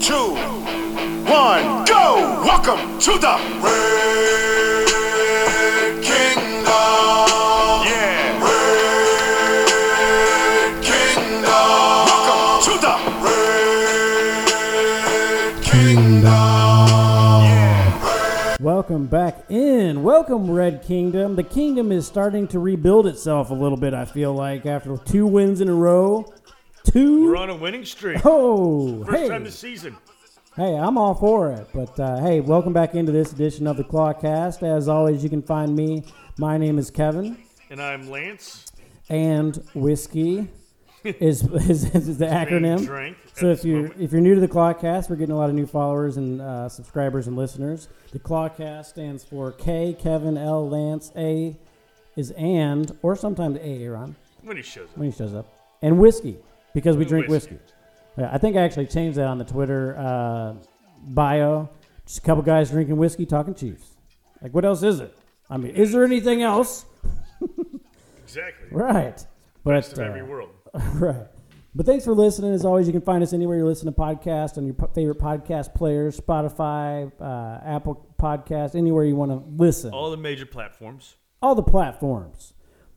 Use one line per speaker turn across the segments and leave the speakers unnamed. two, one, go! Welcome to the Red Kingdom. Yeah. Red Kingdom. Welcome to the Red Kingdom.
Welcome back in. Welcome, Red Kingdom. The kingdom is starting to rebuild itself a little bit, I feel like, after two wins in a row. 2
We're on a winning streak.
Oh,
First
hey.
time this season.
Hey, I'm all for it. But uh, hey, welcome back into this edition of the Clawcast. As always, you can find me. My name is Kevin,
And I'm Lance.
and whiskey is is, is the acronym.
drank
so
at
if
this
you're
moment.
if you're new to the Clawcast, we're getting a lot of new followers and uh, subscribers and listeners. The Clawcast stands for K, Kevin, L, Lance, A is and, or sometimes A, Aaron
When he shows up.
when he shows up, and whiskey because we
And
drink
whiskey.
whiskey. Yeah, I think I actually changed that on the Twitter uh, bio. Just a couple guys drinking whiskey, talking Chiefs. Like, what else is it? I mean, is there anything else?
Exactly.
Right. But
Best of every
uh,
world.
Right. But thanks for listening. As always, you can find us anywhere you listen to podcasts on your po- favorite podcast players, Spotify, uh, Apple Podcasts, anywhere you want to listen. All,
All the major platforms.
the platforms.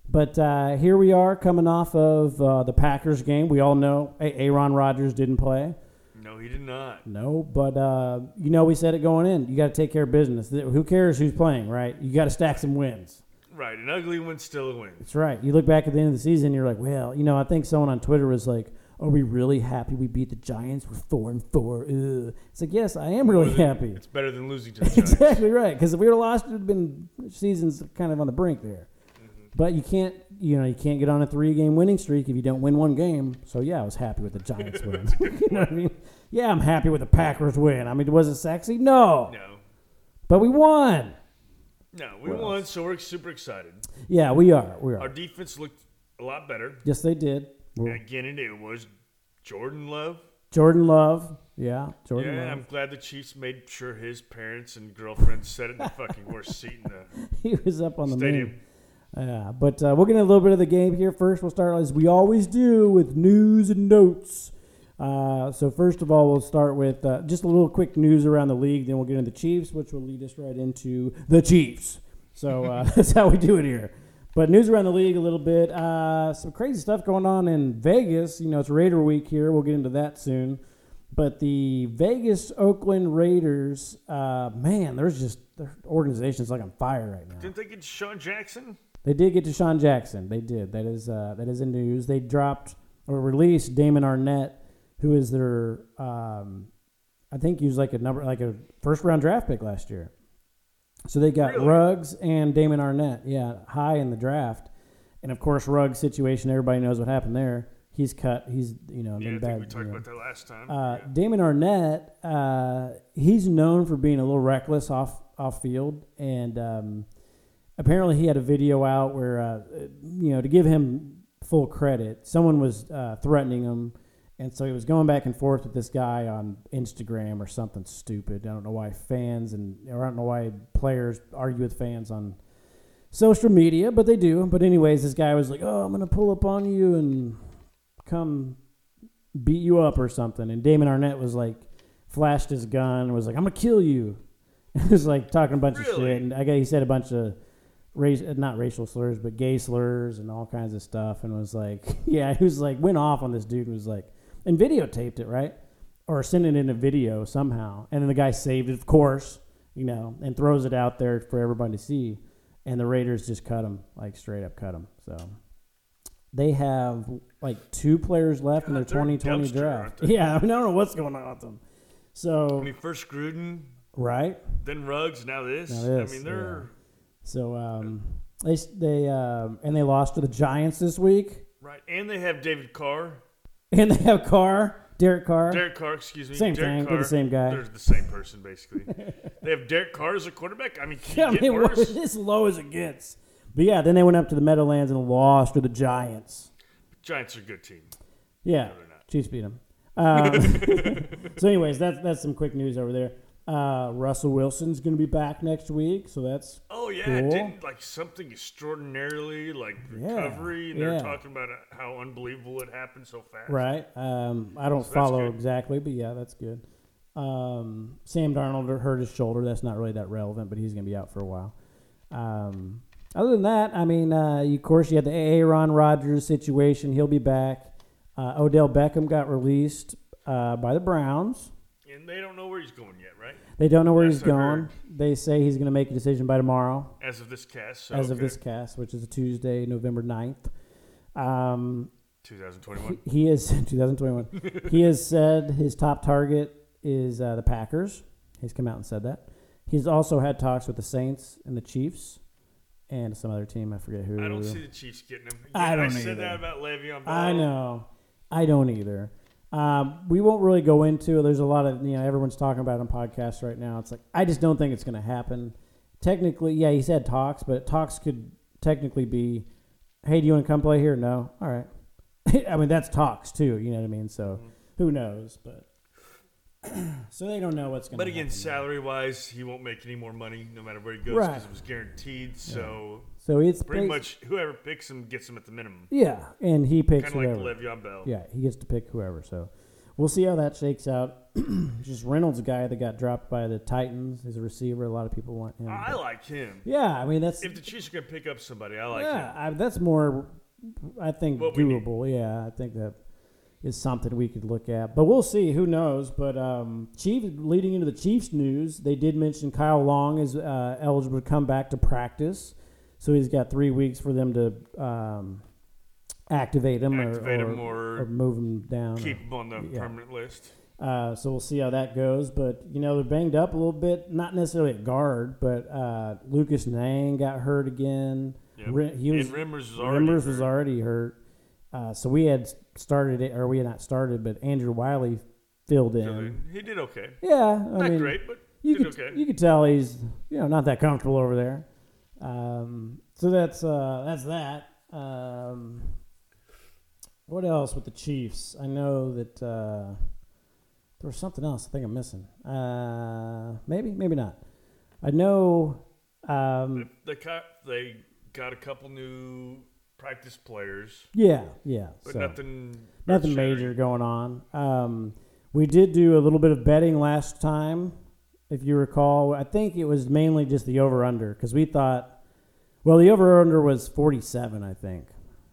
But uh, here we are coming off of uh, the Packers game. We all know hey, Aaron Rodgers didn't play.
No, he did not.
No, but uh, you know, we said it going in. You got to take care of business. Th- Who cares who's playing, right? You got to stack some wins.
Right. An ugly win, still a win.
That's right. You look back at the end of the season, you're like, well, you know, I think someone on Twitter was like, are we really happy we beat the Giants? We're four and four. Ugh. It's like, yes, I am really happy.
It's better than losing to the Giants.
Exactly right. Because if we would have lost, it would have been seasons kind of on the brink there.
Mm-hmm.
But you can't, you know, you can't get on a three-game winning streak if you don't win one game. So yeah, I was happy with the Giants win. you know what I mean? Yeah, I'm happy with the Packers win. I mean, was it sexy? No,
No.
but we won.
No, we won, so we're super excited.
Yeah, we are. We are.
Our defense looked a lot better.
yes, they did. We're-
And again, and it was Jordan Love.
Jordan Love. Yeah, Jordan
Yeah,
Love.
I'm glad the Chiefs made sure his parents and girlfriend sat in the fucking worst seat in the
he was up on the
stadium.
moon. Yeah, but uh, we'll get into a little bit of the game here. First, we'll start as we always do with news and notes. Uh, so first of all, we'll start with uh, just a little quick news around the league. Then we'll get into the Chiefs, which will lead us right into the Chiefs. So uh, that's how we do it here. But news around the league a little bit. Uh, some crazy stuff going on in Vegas. You know, it's Raider Week here. We'll get into that soon. But the Vegas Oakland Raiders, uh, man, there's just their organization's like on fire right now.
Didn't they get Sean Jackson?
They did get Deshaun Jackson. They did. That is uh, that is in news. They dropped or released Damon Arnett, who is their um, I think he was like a number like a first round draft pick last year. So they got
Really?
Ruggs and Damon Arnett, yeah, high in the draft, and of course Ruggs situation. Everybody knows what happened there. He's cut. He's you know
Yeah, I
been
think
bad.
we
you
talked
know.
about that last time.
Uh,
Yeah.
Damon Arnett, uh, he's known for being a little reckless off off field, and um, apparently he had a video out where uh, you know to give him full credit, someone was uh, threatening him, and so he was going back and forth with this guy on Instagram or something stupid. I don't know why fans and or I don't know why players argue with fans on social media, but they do. But anyways, this guy was like, "Oh, I'm gonna pull up on you and come beat you up or something." And Damon Arnett was like, flashed his gun and was like, "I'm gonna kill you." It was like talking a bunch of
Really?
shit, and I guess he said a bunch of race, uh, not racial slurs, but gay slurs and all kinds of stuff, and was like, "Yeah," he was like, went off on this dude, and was like, and videotaped it, right? Or sent it in a video somehow, and then the guy saved it, of course, you know, and throws it out there for everybody to see and the Raiders just cut him, like straight up cut him. So they have like two players left in their
God, they're
2020
dumpster,
draft.
aren't they?
Yeah, I, mean, I don't know what's going on with them.
I
So
mean, first Gruden,
right,
then Ruggs, now this.
Now
I
this,
mean, they're
so um, they s- they um, and they lost to the Giants this week,
right, and they have David Carr,
and they have Carr, Derek Carr.
Derek Carr, excuse me,
Same
Derek
thing,
Carr.
they're the same guy.
They're the same person basically. they have Derek Carr as a quarterback. I mean, can
yeah, I
it get
mean, what-
worse?
as low as it gets. But yeah, then they went up to the Meadowlands and lost to the Giants.
Giants are a good team.
Yeah,
they're not.
Chiefs beat them. Um, so, anyways, that's that's some quick news over there. Uh, Russell Wilson's going to be back next week, so that's
Oh yeah,
Cool.
didn't like something extraordinarily like recovery, and they're
yeah.
talking about how unbelievable it happened so fast.
right. Um, I don't
that's
follow
good.
exactly, but yeah, that's good. Um, Sam Darnold hurt his shoulder. That's not really that relevant, but he's going to be out for a while. Um, other than that, I mean, uh, you, of course, you had the Aaron Rodgers situation. He'll be back. Uh, Odell Beckham got released uh, by the Browns.
And they don't know where he's going yet, right?
They don't know where
Yes,
he's
I
going.
heard.
They say he's going to make a decision by tomorrow.
As of this cast. So
as of
okay.
this cast, which is Tuesday, November 9th. Um,
2021.
he is 2021. he has said his top target is uh, the Packers. He's come out and said that. He's also had talks with the Saints and the Chiefs and some other team. I forget who.
I don't see the Chiefs getting him.
I don't
said
either.
that about Le'Veon. Bell.
I know. I don't either. Um, we won't really go into it. There's a lot of you know everyone's talking about it on podcasts right now. It's like I just don't think it's going to happen. Technically, yeah, he's had talks, but talks could technically be, hey, do you want to come play here? No, all right. I mean that's talks too. You know what I mean? So
Mm-hmm.
who knows? But so they don't know what's going.
But
to
again,
happen.
salary wise, he won't make any more money no matter where he goes because
Right.
it was guaranteed. So
so it's
pretty
bas-
much whoever picks him gets him at the minimum.
yeah, and he picks
Kind of like
whoever.
Le'Veon Bell.
Yeah, he gets to pick whoever. So we'll see how that shakes out. Just Reynolds, a guy that got dropped by the Titans, is a receiver. A lot of people want him.
I like him.
yeah, I mean that's
If the Chiefs are going to pick up somebody, I like
yeah,
him.
I, that's more. I think
What we need.
doable. Yeah, I think that is something we could look at. But we'll see. Who knows? But um, Chief leading into the Chiefs news, they did mention Kyle Long is uh, eligible to come back to practice. So he's got three weeks for them to um, activate him, or-
Activate
or,
him or
move him down. or-
Keep him on the
Yeah.
permanent list.
uh, so we'll see how that goes. But you know they're banged up a little bit, not necessarily at guard, but uh, Lucas Nang got hurt again.
Yep.
Re- He was
and Rimmers is already.
Remmers was
hurt.
already hurt. Uh, so we had started it, or we had not started, but Andrew Wiley filled in.
He did okay.
Yeah, I
Not
mean,
great, but
you
did
could
okay.
you could tell he's you know not that comfortable over there. Um, so that's uh, that's that. Um, what else with the Chiefs? I know that uh, there was something else. I think I'm missing. Uh, maybe, maybe not. I know. Um,
they got they got a couple new practice players,
yeah, yeah.
but
so.
nothing
nothing
earth-shattering.
major going on. Um, we did do a little bit of betting last time, if you recall. I think it was mainly just the over under because we thought, well, the over under was forty seven, I think.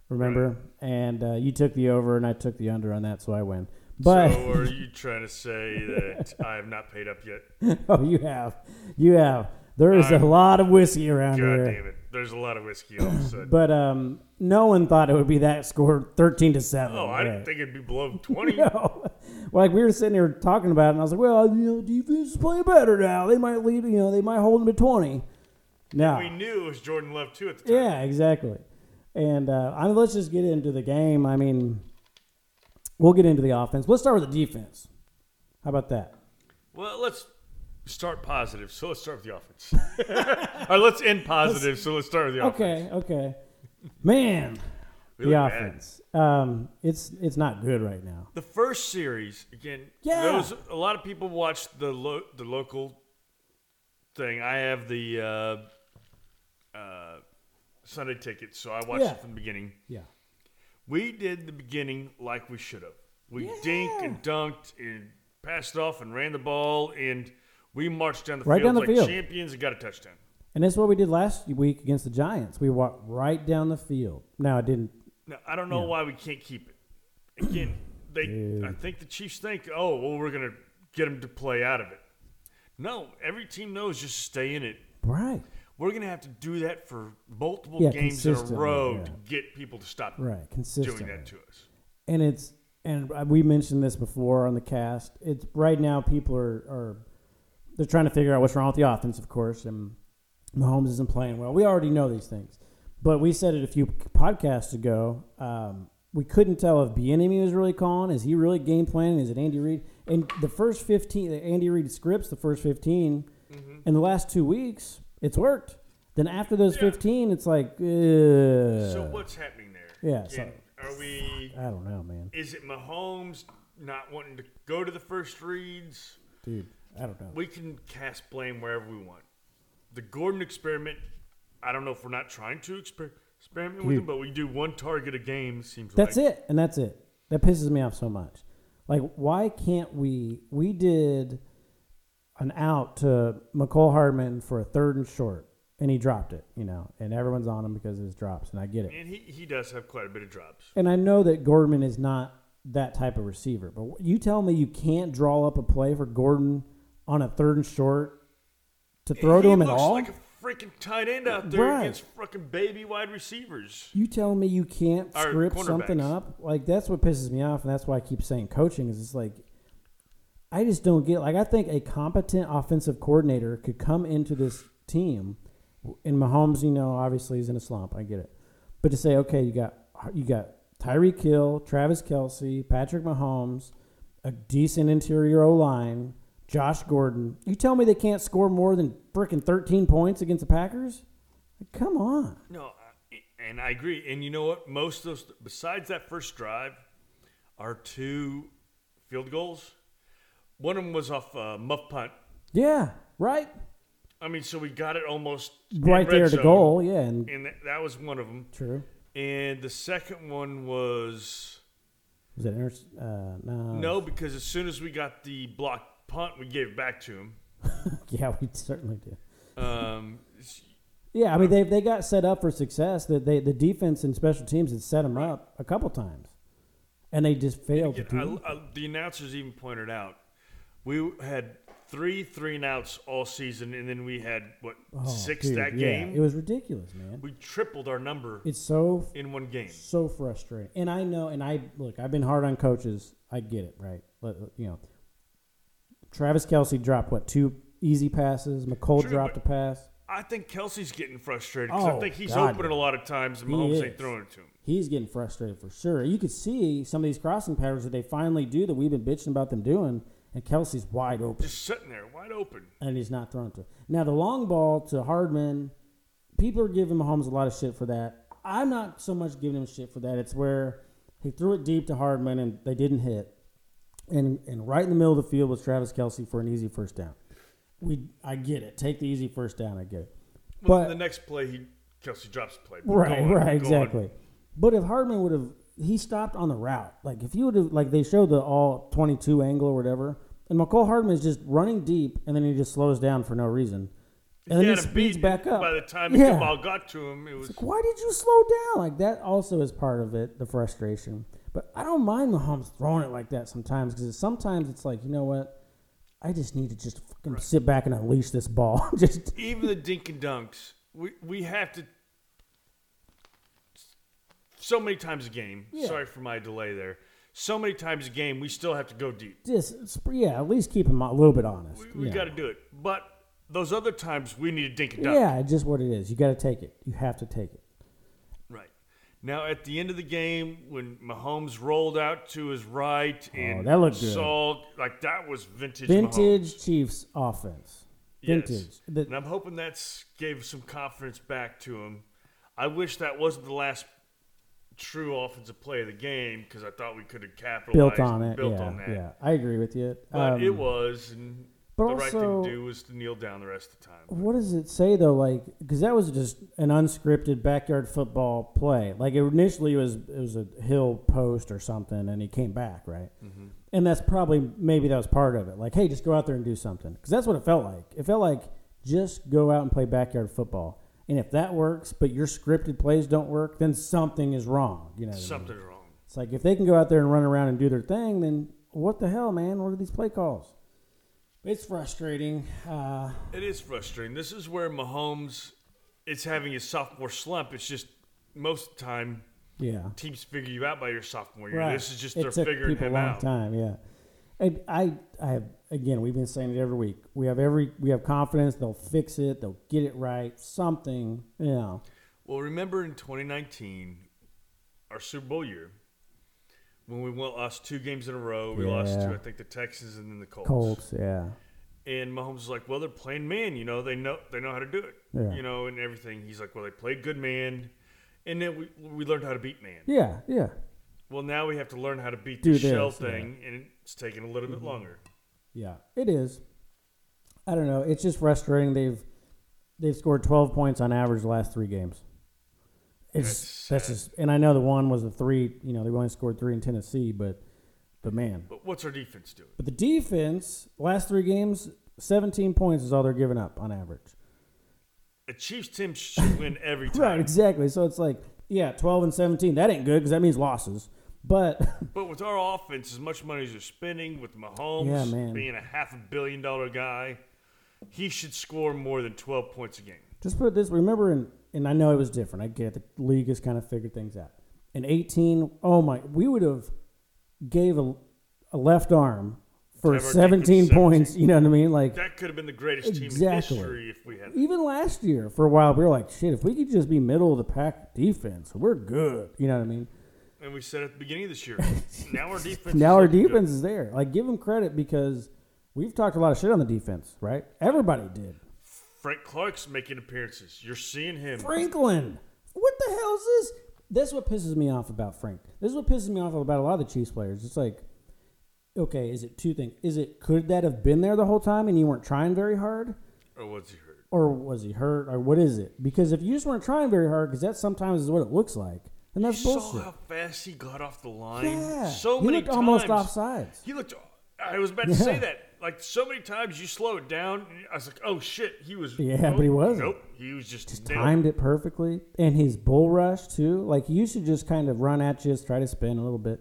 Remember,
Hmm.
and uh, you took the over and I took the under on that, so I win. But
So are you trying to say that I have not paid up yet?
oh, you have, you have. There is a
I'm-
lot of whiskey around
God
here.
damn it! There's a lot of whiskey all of a sudden.
But um, no one thought it would be that score, thirteen to seven.
oh, I
right?
didn't think it'd be below twenty.
know. like we were sitting here talking about it, and I was like, well, you know, defense is playing better now. They might lead, you know, they might hold them to 20. No.
We knew it was Jordan Love too at the time.
Yeah, exactly. And uh, I mean, let's just get into the game. I mean, we'll get into the offense. Let's start with the defense. How about that?
Well, let's start positive. So let's start with the offense. or let's end positive. so let's start with the offense.
Okay, okay. Man,
We
the
look bad.
offense. Um, it's it's not good right now.
The first series again.
Yeah.
Those a lot of people watched the lo- the local thing. I have the uh, uh, Sunday ticket, so I watched
Yeah.
it from the beginning.
Yeah.
We did the beginning like we should have. We dinked and dunked and passed off and ran the ball and we marched down the
Right down
field
the
like
field.
champions and got a touchdown.
And that's what we did last week against the Giants. We walked right down the field. Now, it didn't
Now, I don't know why we can't keep it. Again, they. I think the Chiefs think, oh, well, we're gonna get them to play out of it. No, every team knows just stay in it.
Right.
We're gonna have to do that for multiple
Yeah,
games in a
consistently,
row
yeah.
to get people to stop
Right.
doing
Consistent.
that to us.
and it's and we mentioned this before on the cast. It's right now people are are they're trying to figure out what's wrong with the offense, of course, and Mahomes isn't playing well. We already know these things, but we said it a few podcasts ago. Um, we couldn't tell if Bienemy was really calling. Is he really game planning? Is it Andy Reid? And the first fifteen, the Andy Reid scripts, the first 15
Mm-hmm.
in the last two weeks, it's worked. Then after those fifteen, it's like, uh,
so what's happening there?
yeah, so-
Again, are we?
I don't know, man,
Is it Mahomes not wanting to go to the first reads?
dude, I don't know.
We can cast blame wherever we want. The Gordon experiment, I don't know if we're not trying to exper- experiment with
Dude.
him, but we do one target a game, seems
Hmm. That's
like.
it, and that's it. That pisses me off so much. Like, why can't we? We did an out to McCole Hardman for a third and short, and he dropped it. You know, and everyone's on him because of his drops, and I get it.
And he, he does have quite a bit of drops.
And I know that Gordon is not that type of receiver, but you tell me you can't draw up a play for Gordon on a third and short to throw
he
to him
looks
at all.
like a freaking tight end out there
Right.
against fucking baby wide receivers.
You telling me you can't
Or
script something
cornerbacks.
up? Like that's what pisses me off, and that's why I keep saying coaching is it's like I just don't get like I think a competent offensive coordinator could come into this team and Mahomes, you know, obviously is in a slump. I get it. But to say, okay, you got you got Tyreek Hill, Travis Kelsey, Patrick Mahomes, a decent interior O line, Josh Gordon. You tell me they can't score more than freaking thirteen points against the Packers? Like, come on.
No, I- and I agree. And you know what? Most of those, besides that first drive, are two field goals. One of them was off uh, muff punt.
Yeah, right.
I mean, so we got it almost in
right
red
there to
zone,
goal. Yeah, and
and that, that was one of them.
true.
And the second one was
Was it inter- uh, no?
no, because as soon as we got the blocked punt, we gave it back to him.
Yeah, we certainly do.
Um, s-
Yeah, I mean they they got set up for success. That they the defense and special teams had set them up a couple times, and they just failed to
again,
do. it.
I, I, the announcers even pointed out we had three three and outs all season, and then we had what
Oh,
six
dude,
that
yeah,
game.
It was ridiculous, man.
we tripled our number
It's so
in one game.
so frustrating. And I know, and I look, I've been hard on coaches. I get it, right? But, uh, you know, Travis Kelsey dropped what two easy passes. McColl
True,
dropped a
but-
pass.
I think Kelsey's getting frustrated because I
Oh,
think he's
God,
open it
yeah.
a lot of times, and
He
Mahomes ain't
is.
throwing it to him.
He's getting frustrated for sure. You could see some of these crossing patterns that they finally do that we've been bitching about them doing, and Kelsey's wide open
Just sitting there, wide open.
and he's not throwing to it. Now the long ball to Hardman, people are giving Mahomes a lot of shit for that. I'm not so much giving him shit for that. It's where he threw it deep to Hardman and they didn't hit, and and right in the middle of the field was Travis Kelsey for an easy first down. We I get it. Take the easy first down. I get it.
Well,
But
the next play, he Kelsey drops the play. We're
Right, right,
going, we're going.
exactly. But if Hardman would have, he stopped on the route. Like if you would have, like they show the all twenty-two angle or whatever, and McCole Hardman is just running deep, and then he just slows down for no reason, and
He
then he
had a
speeds
beat
back up.
By the time the ball got to him, it was
Like, why did you slow down? Like that also is part of it, the frustration. But I don't mind Mahomes throwing it like that sometimes because sometimes it's like, you know what? I just need to just fucking sit back and unleash this ball. just
even the dink and dunks. We we have to so many times a game.
Yeah.
Sorry for my delay there. So many times a game, we still have to go deep.
just yeah, at least keep him a little bit honest.
We, we
Yeah.
got to do it. But those other times, we need a dink and dunk.
Yeah, it's just what it is. You got to take it. You have to take it.
Right. Now, at the end of the game, when Mahomes rolled out to his right and
Oh, that looked good.
saw, like, that was vintage
Vintage
Mahomes.
Chiefs offense.
Yes.
Vintage. The-
And I'm hoping that's gave some confidence back to him. I wish that wasn't the last true offensive play of the game because I thought we could have capitalized
built on
and
it.
built
yeah,
on that.
yeah. I agree with you.
But
Um,
it was, and the
but
right thing to
also-
do was to kneel down the rest of the time.
what does it say though? Like, because that was just an unscripted backyard football play. Like it initially was it was a hill post or something, and he came back right. And that's probably maybe that was part of it. Like, hey, just go out there and do something, because that's what it felt like. It felt like just go out and play backyard football. And if that works, but your scripted plays don't work, then something is wrong. You know, what I mean?
Something's wrong.
It's like if they can go out there and run around and do their thing, then what the hell, man? What are these play calls? It's frustrating. Uh,
It is frustrating. This is where Mahomes is having his sophomore slump. It's just most of the time
yeah.
teams figure you out by your sophomore year.
Right.
This is just
It
they're
took
figuring
people
him
a long
out.
Time, yeah. And I, I have again. We've been saying it every week. We have every. We have confidence. They'll fix it. They'll get it right. Something. You know.
Well, remember in 2019, our Super Bowl year, when we went, lost two games in a row. We lost
Yeah.
to, I think, the Texans and then the Colts.
Colts. Yeah.
And Mahomes was like, "Well, they're playing man. You know, they know they know how to do it.
Yeah.
You know, and everything." He's like, "Well, they played good man, and then we we learned how to beat man.
Yeah. Yeah.
Well, now we have to learn how to beat
Do
the shell
this, yeah. Mm-hmm.
thing, and it's taking a little bit longer."
Yeah. It is. I don't know. It's just frustrating. They've they've scored twelve points on average the last three games. It's
That's
that's
sad.
just. And I know the one was a three. You know they only scored three in Tennessee, but but man,
But what's our defense doing?
But the defense, last three games, 17 points is all they're giving up on average.
The Chiefs team should win every time.
Right, exactly. So it's like, yeah, 12 and 17. That ain't good because that means losses. But
But with our offense, as much money as you're spending, with Mahomes
Yeah, man.
being a half a billion dollar guy, he should score more than 12 points a game.
just put this, remember, in, and I know it was different. I get the league has kind of figured things out. In 18, oh my, we would have gave a, a left arm for
Have our
17
tickets,
points. You know what I mean? Like,
That could have been the greatest team in
Exactly.
history if we had.
even last year for a while, we were like, shit, if we could just be middle of the pack defense, we're good. You know what I mean?
And we said at the beginning of this year, now our defense.
now
is
our
looking good.
defense is there. Like, give them credit because we've talked a lot of shit on the defense, right? Everybody did.
Frank Clark's making appearances. You're seeing him.
Franklin, what the hell is this? That's what pisses me off about Frank. This is what pisses me off about a lot of the Chiefs players. It's like, okay, is it two things? Is it could that have been there the whole time and you weren't trying very hard?
Or was Oh, he hurt?
Or was he hurt? Or what is it? Because if you just weren't trying very hard, because that sometimes is what it looks like, then that's
you
bullshit.
saw how fast he got off the line.
Yeah.
So
He
many
looked almost
times.
offsides.
He looked. I was about to say
Yeah.
that. Like so many times, you slow it down. and I was like, "Oh shit, he was."
Yeah,
oh,
but he wasn't.
Nope, he was just,
Just
nailed.
timed it perfectly. And his bull rush, too. Like, you should just kind of run at you, try to spin a little bit.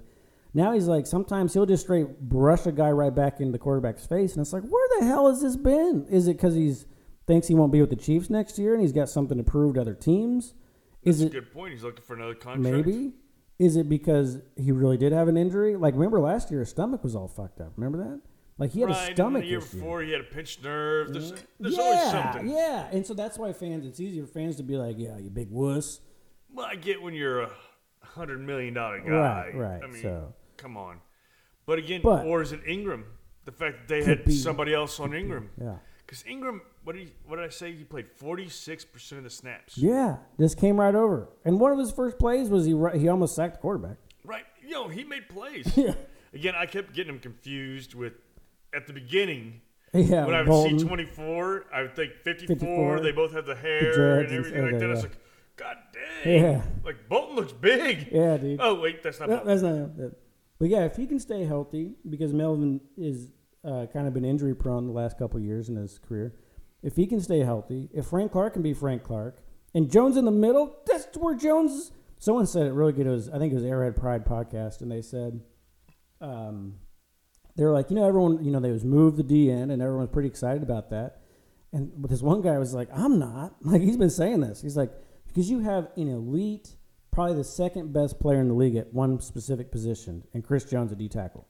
Now he's like, sometimes he'll just straight brush a guy right back into the quarterback's face. And it's like, where the hell has this been? Is it because he's thinks he won't be with the Chiefs next year and he's got something to prove to other teams? Is
That's
it
a good point. He's looking for another contract.
maybe? Is it because he really did have an injury? Like, remember last year, his stomach was all fucked up. Remember that? Like, he had
Right,
a
and
stomach
the year
issue. Mm.
before, he had a pinched nerve. There's, there's
yeah,
always something.
Yeah, and so that's why fans. It's easier for fans to be like, "Yeah, you big wuss."
Well, I get when you're a hundred million dollar guy.
Right, right,
I mean,
so-
come on. But again,
But-
or is it Ingram? The fact that they
Could
had
be.
somebody else on Ingram.
Yeah.
Because Ingram, what did he, what did I say? He played forty six percent of the snaps.
Yeah, this came right over. And one of his first plays was he ru- he almost sacked the quarterback.
Right. Yo, he made plays.
Yeah.
Again, I kept getting him confused with at the beginning.
Yeah,
When I would
Bolton.
see 24, I would think 54.
54.
They both have the hair
dreads
and
and-
everything like
okay,
that. I was
yeah.
like, God dang.
Yeah.
Like, Bolton looks big.
Yeah, dude.
Oh, wait, that's not
No,
Bolton.
that's not him. That- But yeah, if he can stay healthy, because Melvin is uh, kind of been injury prone the last couple of years in his career. If he can stay healthy, if Frank Clark can be Frank Clark, and Jones in the middle, that's where Jones. is- Someone said it really good. It was I think it was Airhead Pride podcast, and they said, um, they're like, you know, everyone, you know, they was moved the DN, and everyone's pretty excited about that. And but this one guy was like, I'm not. Like he's been saying this. He's like, because you have an elite, probably the second best player in the league at one specific position, and Chris Jones a D tackle,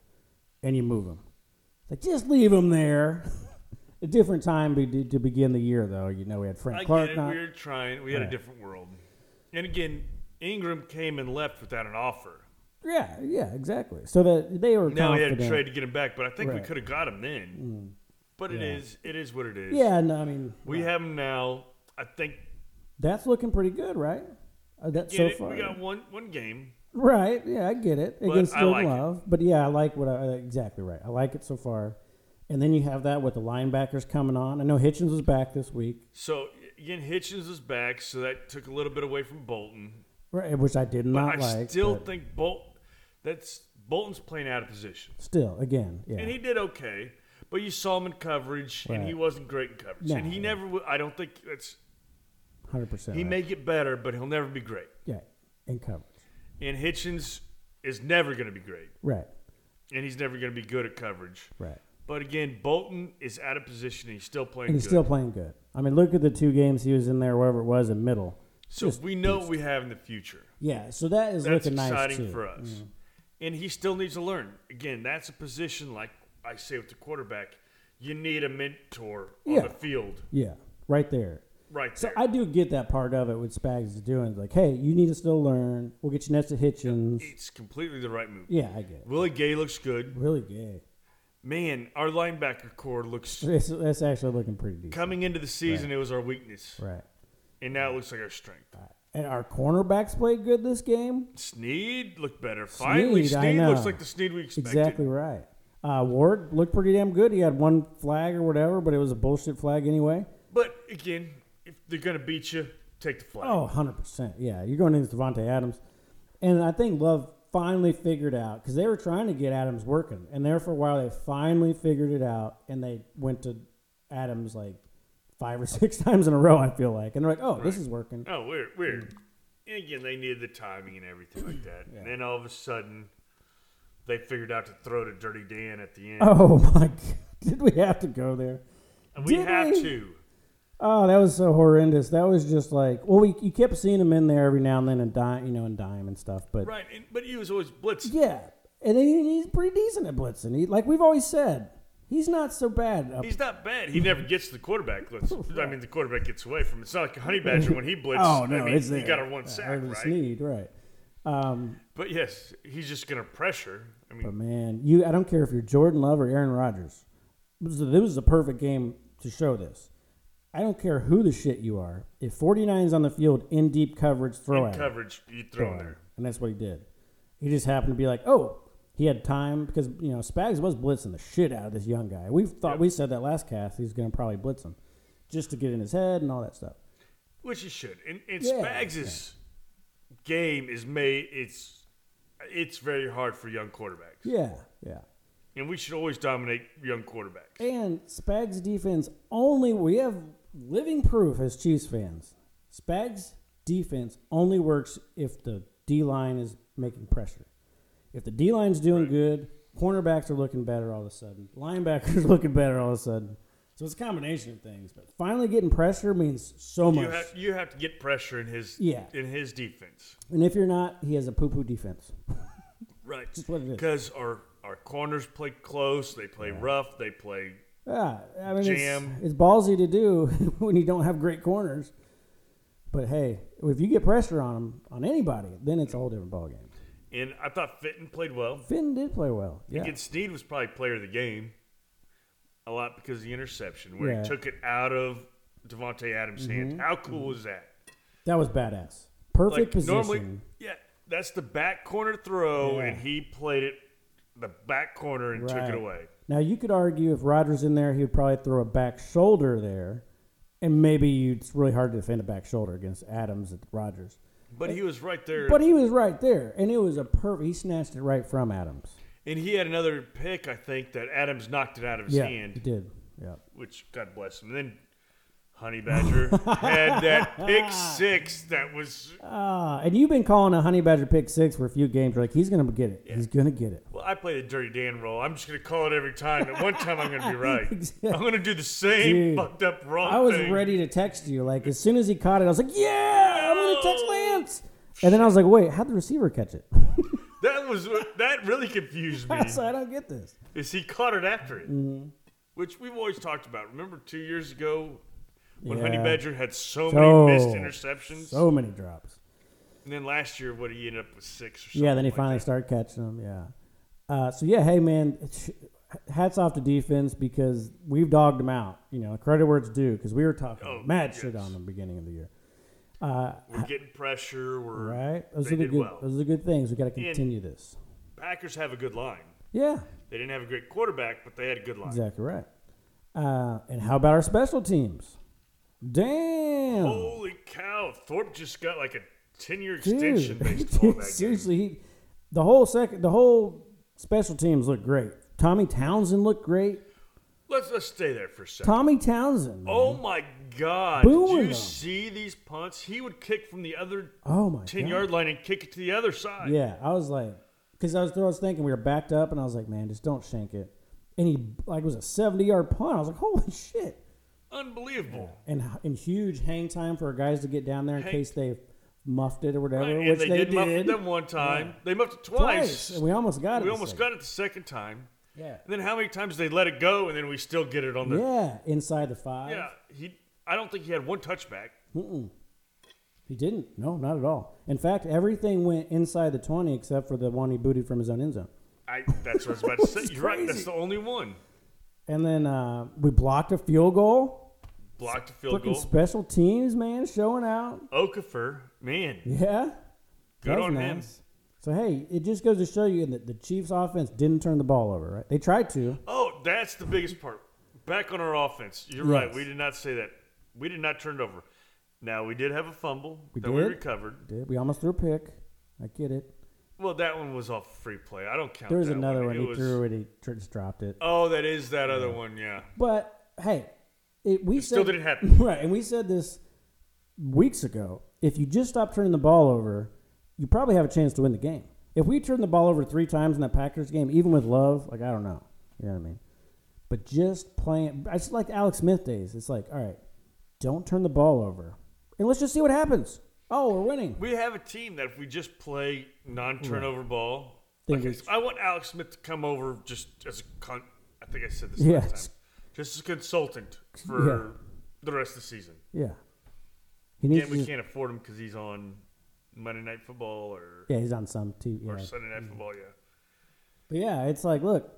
and you move him. It's like just leave him there. a different time to, to begin the year, though. You know, we had Frank
I
Clark.
get it.
not,
We were trying. We had a
Right.
different world. And again, Ingram came and left without an offer.
Yeah, yeah, exactly. So that they were
Now we had
confident.
to trade to get him back, but I think we
Right. Mm.
could have got him then. But it is, it is what it is.
Yeah, no, I mean,
We have him now. I think
that's looking pretty good, right? Uh, that's
get
so
it.
far.
we got one one game.
Right. Yeah, I get it.
But
Against
I
Jordan
like it.
Love. But yeah, I like what I exactly right. I like it so far. And then you have that with the linebackers coming on. I know Hitchens was back this week,
So again, Hitchens is back, so that took a little bit away from Bolton.
right, which I did not
I
like.
still
but
think Bolt that's Bolton's playing out of position.
still again, yeah.
And he did okay, but you saw him in coverage, and he
Right.
wasn't great in coverage.
No,
and he
yeah.
never, w- I don't think it's.
100%.
He
right.
may get better, but he'll never be great.
yeah, in coverage.
And Hitchens is never going to be great,
Right.
and he's never going to be good at coverage.
Right.
But again, Bolton is out of position, and he's still playing.
And he's
good.
still playing good. I mean, look at the two games he was in there wherever it was in middle.
so we know what we have in the future.
Yeah, so that is
That's
looking nice
exciting
too. Mm.
for us. And he still needs to learn. Again, that's a position like I say with the quarterback, you need a mentor on
Yeah.
the field
Yeah, right there.
right
So
there.
I do get that part of it. What Spags is doing, like, hey, you need to still learn. We'll get you next to Hitchens.
it's completely the right move.
Yeah, I get it.
Willie Gay looks good.
Really gay.
Man, our linebacker core looks
That's, that's actually looking pretty decent.
coming into the season it was our weakness.
Right.
And now it looks like our strength.
And our cornerbacks played good this game.
Sneed looked better. Finally,
Snead, I
Sneed looks
know.
like the Sneed we expected.
Exactly right. Uh, Ward looked pretty damn good. He had one flag or whatever, but it was a bullshit flag anyway.
But again, if they're gonna beat you, take the flag.
Oh, 100%. Yeah, you're going into Devontae Adams. And I think Love finally figured out because they were trying to get Adams working. And there for a while, they finally figured it out and they went to Adams like five or six times in a row. I feel like, and they're like, "Oh, this is working."
Oh, weird,
Mm.
weird. And again, they needed the timing and everything like that. And then all of a sudden, they figured out to throw to Dirty Dan at the end.
Oh my! God. Did we have to go there?
and we
did
have
they?
to.
Oh, that was so horrendous. That was just like, well, we you kept seeing him in there every now and then and dime, you know, and dime and stuff, but
Right. And, but he was always blitzed.
yeah, and he, he's pretty decent at blitzing. He, like we've always said, he's not so bad. Up.
He's not bad. He never gets to the quarterback. Let's, I mean, the quarterback gets away from him. It's not like a honey badger when he blitzed.
oh no,
I mean,
it's
he
there.
got a one
Uh,
sack,
hard to
right?
sneed, right? Um,
But yes, he's just going to pressure. I mean,
but man, you, I don't care if you're Jordan Love or Aaron Rodgers. This is- this was a perfect game to show this. I don't care who the shit you are. If 49's on the field in deep coverage, throw
in
at him.
coverage, you throw in there.
And that's what he did. He just happened to be like, oh, he had time because, you know, Spags was blitzing the shit out of this young guy. We thought, we said that last cast, he's going to probably blitz him just to get in his head and all that stuff.
Which you should. And, and
Yeah.
Spags' game is made. It's it's very hard for young quarterbacks,
Yeah, yeah.
and we should always dominate young quarterbacks.
And Spags' defense only, we have living proof as Chiefs fans. Spags' defense only works if the D line is making pressure. If the D line's doing good, cornerbacks are looking better all of a sudden, linebackers looking better all of a sudden. So it's a combination of things, but finally getting pressure means so
You
much.
have you have to get pressure in his
Yeah.
in his defense,
and if you're not, he has a poo poo defense.
right?
what it is.
Because our our corners play close, they play rough, they play
Yeah, I mean,
Jam.
It's, it's ballsy to do when you don't have great corners. But hey, if you get pressure on them on anybody, then it's a whole different ballgame.
And I thought Fitton played well.
Finn did play well. Yeah,
Again, Sneed was probably player of the game a lot because of the interception where
Yeah. Mm-hmm.
he took it out of Devontae Adams' hands. How cool was that?
that was badass. Perfect
Like
position.
normally, yeah, that's the back corner throw,
Yeah.
and he played it the back corner and took
Right.
it away.
Now you could argue if Rodgers in there, he would probably throw a back shoulder there, and maybe you, it's really hard to defend a back shoulder against Adams at Rodgers.
But he was right there,
But he was right there, and it was a perfect. He snatched it right from Adams.
and he had another pick, I think, that Adams knocked it out of his
Yeah, he
hand,
did. Yeah.
which God bless him. And then Honey Badger had that pick six that was
Ah, and you've been calling a honey badger pick six for a few games. You're like, he's gonna get it. He's gonna get it.
Well, I play the Dirty Dan role. I'm just going to call it every time. At one time, I'm going to be right.
Exactly.
I'm going to do the same
Dude,
fucked up wrong
I was
thing.
ready to text you. Like as soon as he caught it, I was like, yeah, I'm gonna text Lance. And then I was like, wait, how'd the receiver catch it?
That was that really confused me.
I was like, Mm-hmm. I don't get this.
Is he caught it after it? Which we've always talked about. Remember two years ago when Honey
Yeah.
Badger had so,
So-
many missed interceptions,
So many drops.
and then last year what he ended up with six or something.
Yeah, then he
like
finally
that.
started catching them. Yeah. Uh, so yeah, hey man, it's- hats off to defense because we've dogged them out. You know, credit where it's due because we were talking
Oh,
mad shit
yes.
on them beginning of the year.
We're getting pressure. We're
Right? Those
They
are the
did
good.
well.
Those are the good things. We got to continue this.
Packers have a good line.
Yeah.
They didn't have a great quarterback, but they had a good line.
Exactly right. Uh, and how about our special teams? Damn,
Holy cow! Thorpe just got like a ten-year
dude!
extension based upon
Dude,
that game.
seriously, he, the whole second, the whole special teams looked great. Tommy Townsend looked great.
Let's let's stay there for a second.
Tommy Townsend. man.
Oh my God!
Booing
Did
them.
you see these punts? He would kick from the other
Oh my
ten
God.
yard line and kick it to the other side.
Yeah, I was like, because I was, I was thinking we were backed up, and I was like, man, just don't shank it. And he like it was a seventy yard punt. I was like, holy shit!
Unbelievable!
And and huge hang time for our guys to get down there in
Hang-
case they muffed it or whatever,
Right,
which
and they,
they
did, muff it them one time. They muffed it
twice,
twice.
and we almost got it.
We
the
almost
second.
got it the second time.
Yeah.
And then how many times they let it go, and then we still get it on the
Yeah, inside the five.
Yeah, He, I don't think he had one touchback.
He didn't. No, not at all. In fact, everything went inside the 20 except for the one he booted from his own end zone.
I that's what I was about to say.
It's
You're right. That's
crazy.
the only one
And then uh, we blocked a field goal.
blocked a field
Fucking
goal.
special teams, man, showing out.
Okafor, man,
Yeah.
good
That's
on him.
nice. So, hey, it just goes to show you that the Chiefs' offense didn't turn the ball over, right? They tried to.
Oh, that's the biggest part. Back on our offense. You're
Yes.
right. We did not say that. We did not turn it over. Now we did have a fumble
We
that we
did?
recovered.
Did. We almost threw a pick. I get it.
Well, that one was off free play. I don't count.
There was
that
another one.
It
He
was-
threw it. He tr- just dropped it.
Oh, that is that other one. Yeah.
But hey, it, we
It still
said-
didn't happen.
Right, and we said this weeks ago. If you just stop turning the ball over, you probably have a chance to win the game. If we turn the ball over three times in that Packers game, even with love, like I don't know, you know what I mean. But just playing, I just like the Alex Smith days. It's like, all right, don't turn the ball over, and let's just see what happens. Oh, we're winning.
We have a team that if we just play non-turnover ball,
Hmm. Think
like,
it's-
I want Alex Smith to come over just as a con- I think I said this
Yeah.
last time, just as a consultant for the rest of the season.
Yeah, he needs
Again,
to
we
just-
can't afford him because he's on Monday Night Football or,
Yeah, Mm. he's on some too.
or
Yeah,
Sunday Night Football. Yeah,
But yeah, it's like, look,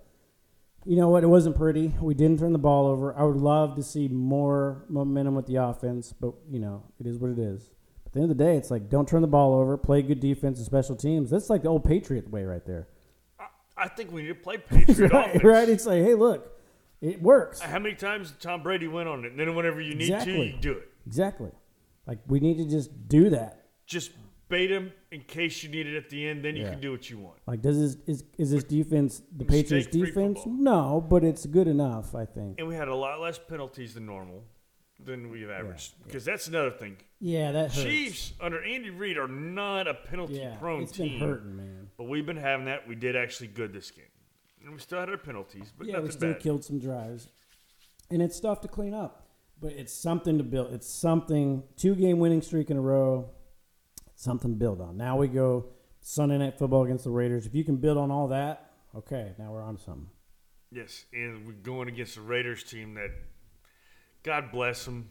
you know what? It wasn't pretty. We didn't turn the ball over. I would love to see more momentum with the offense, but you know, it is what it is. At the end of the day, it's like don't turn the ball over, play good defense and special teams. That's like the old Patriot way right there.
I, I think we need to play Patriot
right,
offense.
right? It's like, hey, look, it works.
How many times did Tom Brady win on it? And then whenever you need to,
Exactly.
you do it.
Exactly. Like we need to just do that.
Just bait him in case you need it at the end. Then you
Yeah.
can do what you want.
Like does this is is this defense the Patriots
Mistake-free
defense? No,
football.
but it's good enough, I think.
And we had a lot less penalties than normal than we've averaged because that's another thing.
Yeah, that hurts.
Chiefs under Andy Reid are not a penalty
yeah,
prone
it's
team,
been hurting, man.
but we've been having that. We did actually good this game, and we still had our penalties, but
Yeah,
nothing
we still
bad.
killed some drives, and it's stuff to clean up. But it's something to build. It's something two game winning streak in a row. Something to build on. Now we go Sunday night football against the Raiders. If you can build on all that, okay, now we're on to something.
Yes, and we're going against the Raiders team that, God bless them.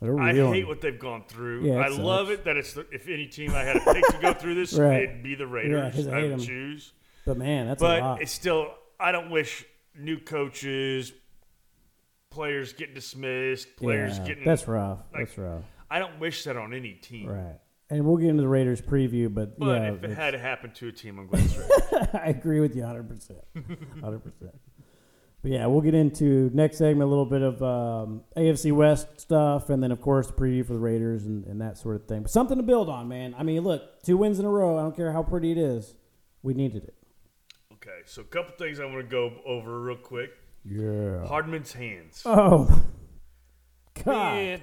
They're
I
reeling.
hate what they've gone through.
Yeah, it
I love
sucks.
it that it's the, if any team I had to pick to go through this,
Right.
it'd be the Raiders.
'cause I
I
hate
would
'em.
choose,
but man, that's a
but
lot.
it's still I don't wish new coaches, players getting dismissed, players
Yeah,
getting
that's rough.
like-
that's rough.
I don't wish that on any team.
Right. And we'll get into the Raiders preview, but,
But
yeah,
if it
it's-
had happened to a team, I'm glad it's right.
I agree with you 100%. 100%. But yeah, we'll get into next segment a little bit of um, AFC West stuff and then, of course, the preview for the Raiders and, and that sort of thing. But something to build on, man. I mean, look, two wins in a row. I don't care how pretty it is. We needed it.
Okay, so a couple things I want to go over real quick.
Yeah.
Hardman's hands.
Oh, God.
Man,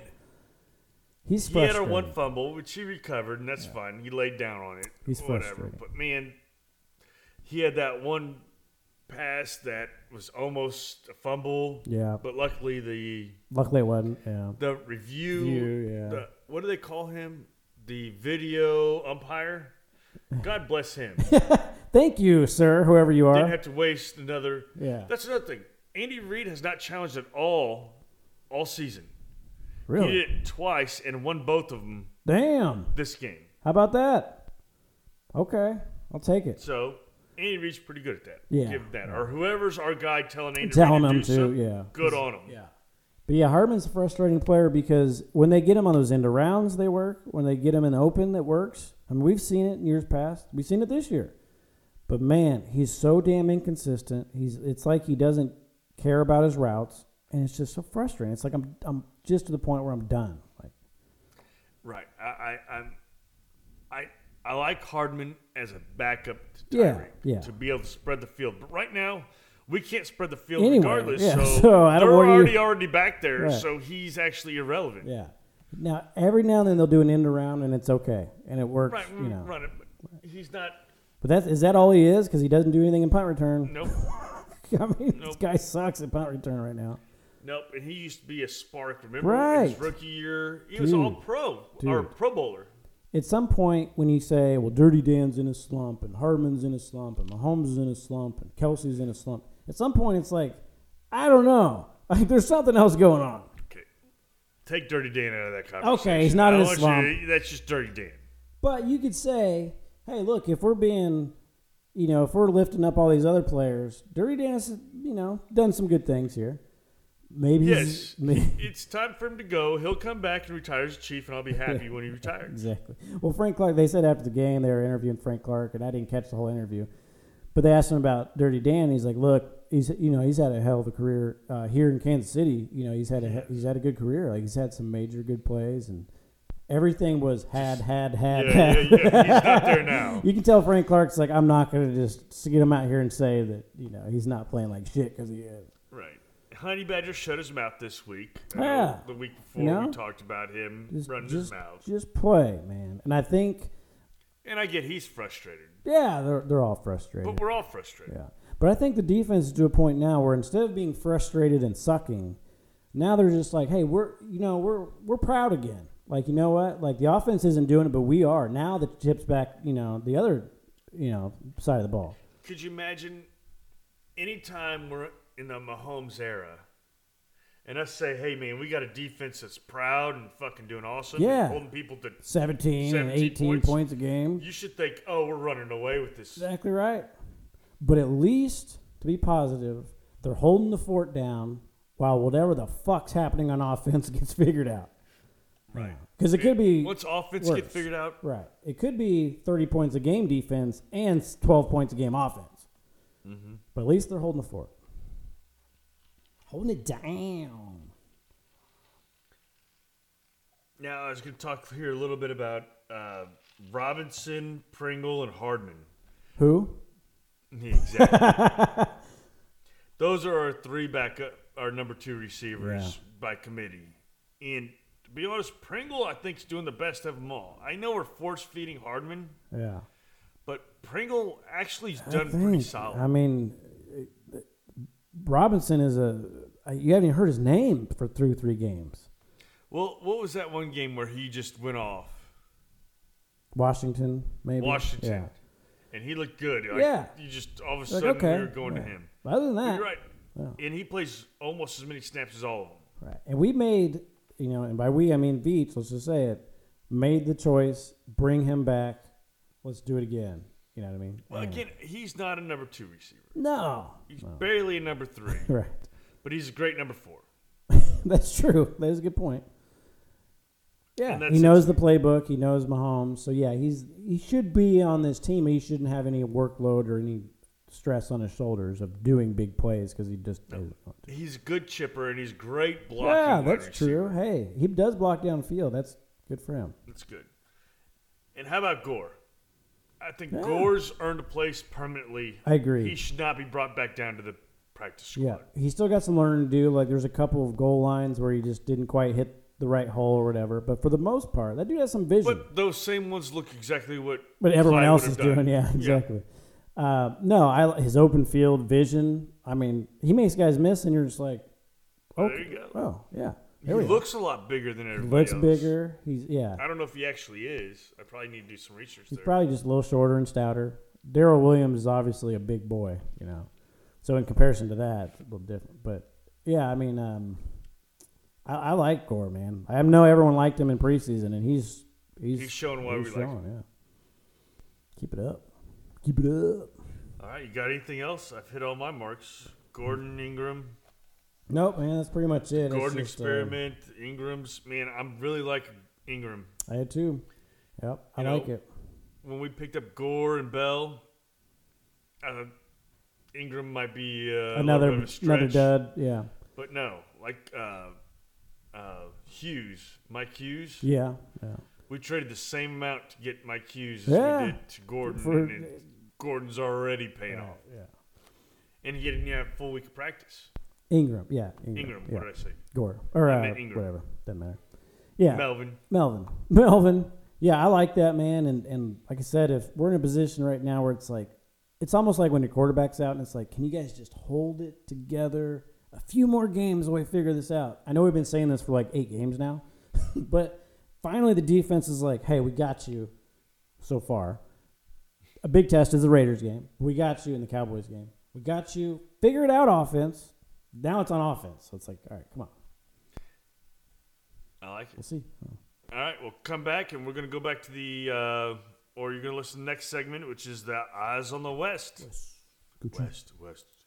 He's
he had our
frustrated.
one fumble, which he recovered, and that's fine. He laid down on it.
He's
whatever.
frustrating.
But man, he had that one pass that was almost a fumble.
Yeah.
But luckily the
Luckily, it wasn't. Yeah.
the review,
Review, yeah.
the, what do they call him? The video umpire. God bless him.
Thank you, sir, whoever you
didn't
are.
have to waste another.
Yeah.
That's another thing. Andy Reid has not challenged at all all season. He
Really?
did it twice and won both of them
Damn.
this game.
How about that? Okay. I'll take it.
So Andy Reid's pretty good at that.
Yeah.
Give him that. Or whoever's our guy telling Andy
Telling
Reid to
him
do
to,
something,
yeah.
Good on him.
Yeah. But yeah, Hardman's a frustrating player because when they get him on those end of rounds, they work. When they get him in open, it works. I mean, we've seen it in years past. We've seen it this year. But man, he's so damn inconsistent. He's it's like he doesn't care about his routes, and it's just so frustrating. It's like I'm I'm just to the point where I'm done. Like
Right. I, I I'm I I like Hardman as a backup to
Yeah,
Tyreek
yeah.
to be able to spread the field. But right now we can't spread the field
Anyway,
regardless.
yeah.
So,
So I don't
they're
worry you-
already already back there,
Right.
so he's actually irrelevant.
yeah. Now every now and then they'll do an end around, and it's okay, and it works.
Right,
you know.
run it. But he's not.
But that's is that all he is? Because he doesn't do anything in punt return.
Nope,
I mean, this
Nope.
guy sucks at punt return right now.
nope. And he used to be a spark. Remember, in his
Right.
rookie year, he was all pro or
dude.
pro bowler.
at some point when you say, well, Dirty Dan's in a slump and Hardman's in a slump and Mahomes is in a slump and Kelsey's in a slump, at some point it's like, I don't know. Like, there's something else going on.
Okay, take Dirty Dan out of that conversation.
he's not
I
in a
want you-
slump.
that's just Dirty Dan.
But you could say, hey, look, if we're being, you know, if we're lifting up all these other players, Dirty Dan's, you know, done some good things here. Maybe
Yes,
he's. may-
it's time for him to go. He'll come back and retire as chief, and I'll be happy when he retires.
Exactly. Well, Frank Clark, they said after the game they were interviewing Frank Clark, and I didn't catch the whole interview, but they asked him about Dirty Dan. And he's like, "Look, he's you know he's had a hell of a career uh, here in Kansas City. You know he's had a he's had a good career. Like he's had some major good plays, and everything was had had had
Yeah,
had.
yeah, yeah. He's not there now.
You can tell Frank Clark's like, I'm not going to just get him out here and say that you know he's not playing like shit because he is.
Right. Honey Badger shut his mouth this week. I know
Yeah.
The week before
You know?
we talked about him
Just,
running
just,
his mouth.
just play, man. And I think,
And I get he's frustrated.
yeah, they're, they're all frustrated.
But we're all frustrated.
Yeah. But I think the defense is to a point now where instead of being frustrated and sucking, now they're just like, hey, we're you know, we're we're proud again. Like, you know what? Like the offense isn't doing it, but we are. Now the chips back, you know, the other, you know, side of the ball.
Could you imagine any time we're in the Mahomes era and us say, hey, man, we got a defense that's proud and fucking doing awesome
Yeah.
and holding people to.
17, and
17
18 points.
points.
a game.
You should think, oh, we're running away with this.
Exactly right. But at least to be positive, they're holding the fort down while whatever the fuck's happening on offense gets figured out. Right. Because it could be
Once offense get
worse.
figured out,
Right. It could be 30 points a game defense and s- 12 points a game offense.
Mm-hmm.
But at least they're holding the fort. Holding it down.
Now I was going to talk here a little bit about uh, Robinson, Pringle, and Hardman.
Who?
Exactly. Those are our three backup, our number two receivers by committee. And to be honest, Pringle I think is doing the best of them all. I know we're force feeding Hardman,
Yeah.
but Pringle actually's
I
done pretty
think- um,
solid.
I mean, uh, Robinson is a. I- You haven't even heard his name for through three games.
well, what was that one game where he just went off
Washington, maybe.
Washington, and he looked good? Like,
Yeah.
you just all of a
Yeah. Like,
sudden
okay.
we were going
yeah.
to him.
But other than that,
You're right. And he plays almost as many snaps as all of them.
Right. And we made, you know, and by we I mean Beach, let's just say it, made the choice, bring him back, let's do it again. You know what I mean?
Well,
Yeah.
again, he's not a number two receiver.
No.
He's barely a number three,
Right.
but he's a great number four.
That's true. That is a good point. Yeah.
And that's
He knows the playbook, he knows Mahomes. So yeah, he's he should be on this team. He shouldn't have any workload or any stress on his shoulders of doing big plays because he just doesn't want to.
He's a good chipper and he's great blocking.
Yeah,
wide
that's true.
receiver.
Hey, he does block downfield. That's good for him.
That's good. And how about Gore? I think Gore's earned a place permanently.
I agree.
He should not be brought back down to the practice squad.
Yeah, he's still got some learning to do. Like there's a couple of goal lines where he just didn't quite hit the right hole or whatever. But for the most part, that dude has some vision. But,
But those same ones look exactly what.
everyone
Clyde
else
would
is
have done.
doing, yeah, exactly. Uh, no, I his open field vision. I mean, he makes guys miss, and you're just like,
There
okay,
you go.
oh yeah,
He
there we go.
looks a lot bigger than everybody
Looks
else.
bigger. He's yeah.
I don't know if he actually is. I probably need to do some research
He's
there.
probably just a little shorter and stouter. Daryl Williams is obviously a big boy, you know. So in comparison to that, it's a little different. But yeah, I mean, um, I, I like Gore, man. I know everyone liked him in preseason, and he's he's
He's showing why we like
showing, Yeah, keep it up, keep it up.
All right, you got anything else? I've hit all my marks. Gordon Ingram,
Nope, man, Mm. that's pretty much it. It's
Gordon
just, uh,
experiment, Ingram's. Man, I'm really like Ingram.
I had two. Yep, I
You know,
like it.
When we picked up Gore and Bell, uh, Ingram might be uh, a little
Another
bit of a
another
stretch,
dud. Yeah,
But no, like uh, uh, Hughes, Mike Hughes.
yeah, yeah.
We traded the same amount to get Mike Hughes as
Yeah.
we did to Gordon,
For-
and it, Gordon's already paying off,
yeah.
and he didn't have a full week of practice.
Ingram, yeah, Ingram,
Ingram,
yeah.
what did I say?
Gore or
I
uh,
meant Ingram.
whatever. Doesn't matter. Yeah,
Melvin.
Melvin. Melvin. Yeah, I like that man. And and like I said, if we're in a position right now where it's like, it's almost like when your quarterback's out and it's like, can you guys just hold it together a few more games while we figure this out? I know we've been saying this for like eight games now, but finally the defense is like, hey, we got you. So far, a big test is the Raiders game. We got you in the Cowboys game. We got you. Figure it out, offense. Now it's on offense. So it's like, all right, come on,
I like it.
we'll see.
All right, we'll come back and we're going to go back to the, uh, or you're going to listen to the next segment, which is the Eyes on the West. West, West.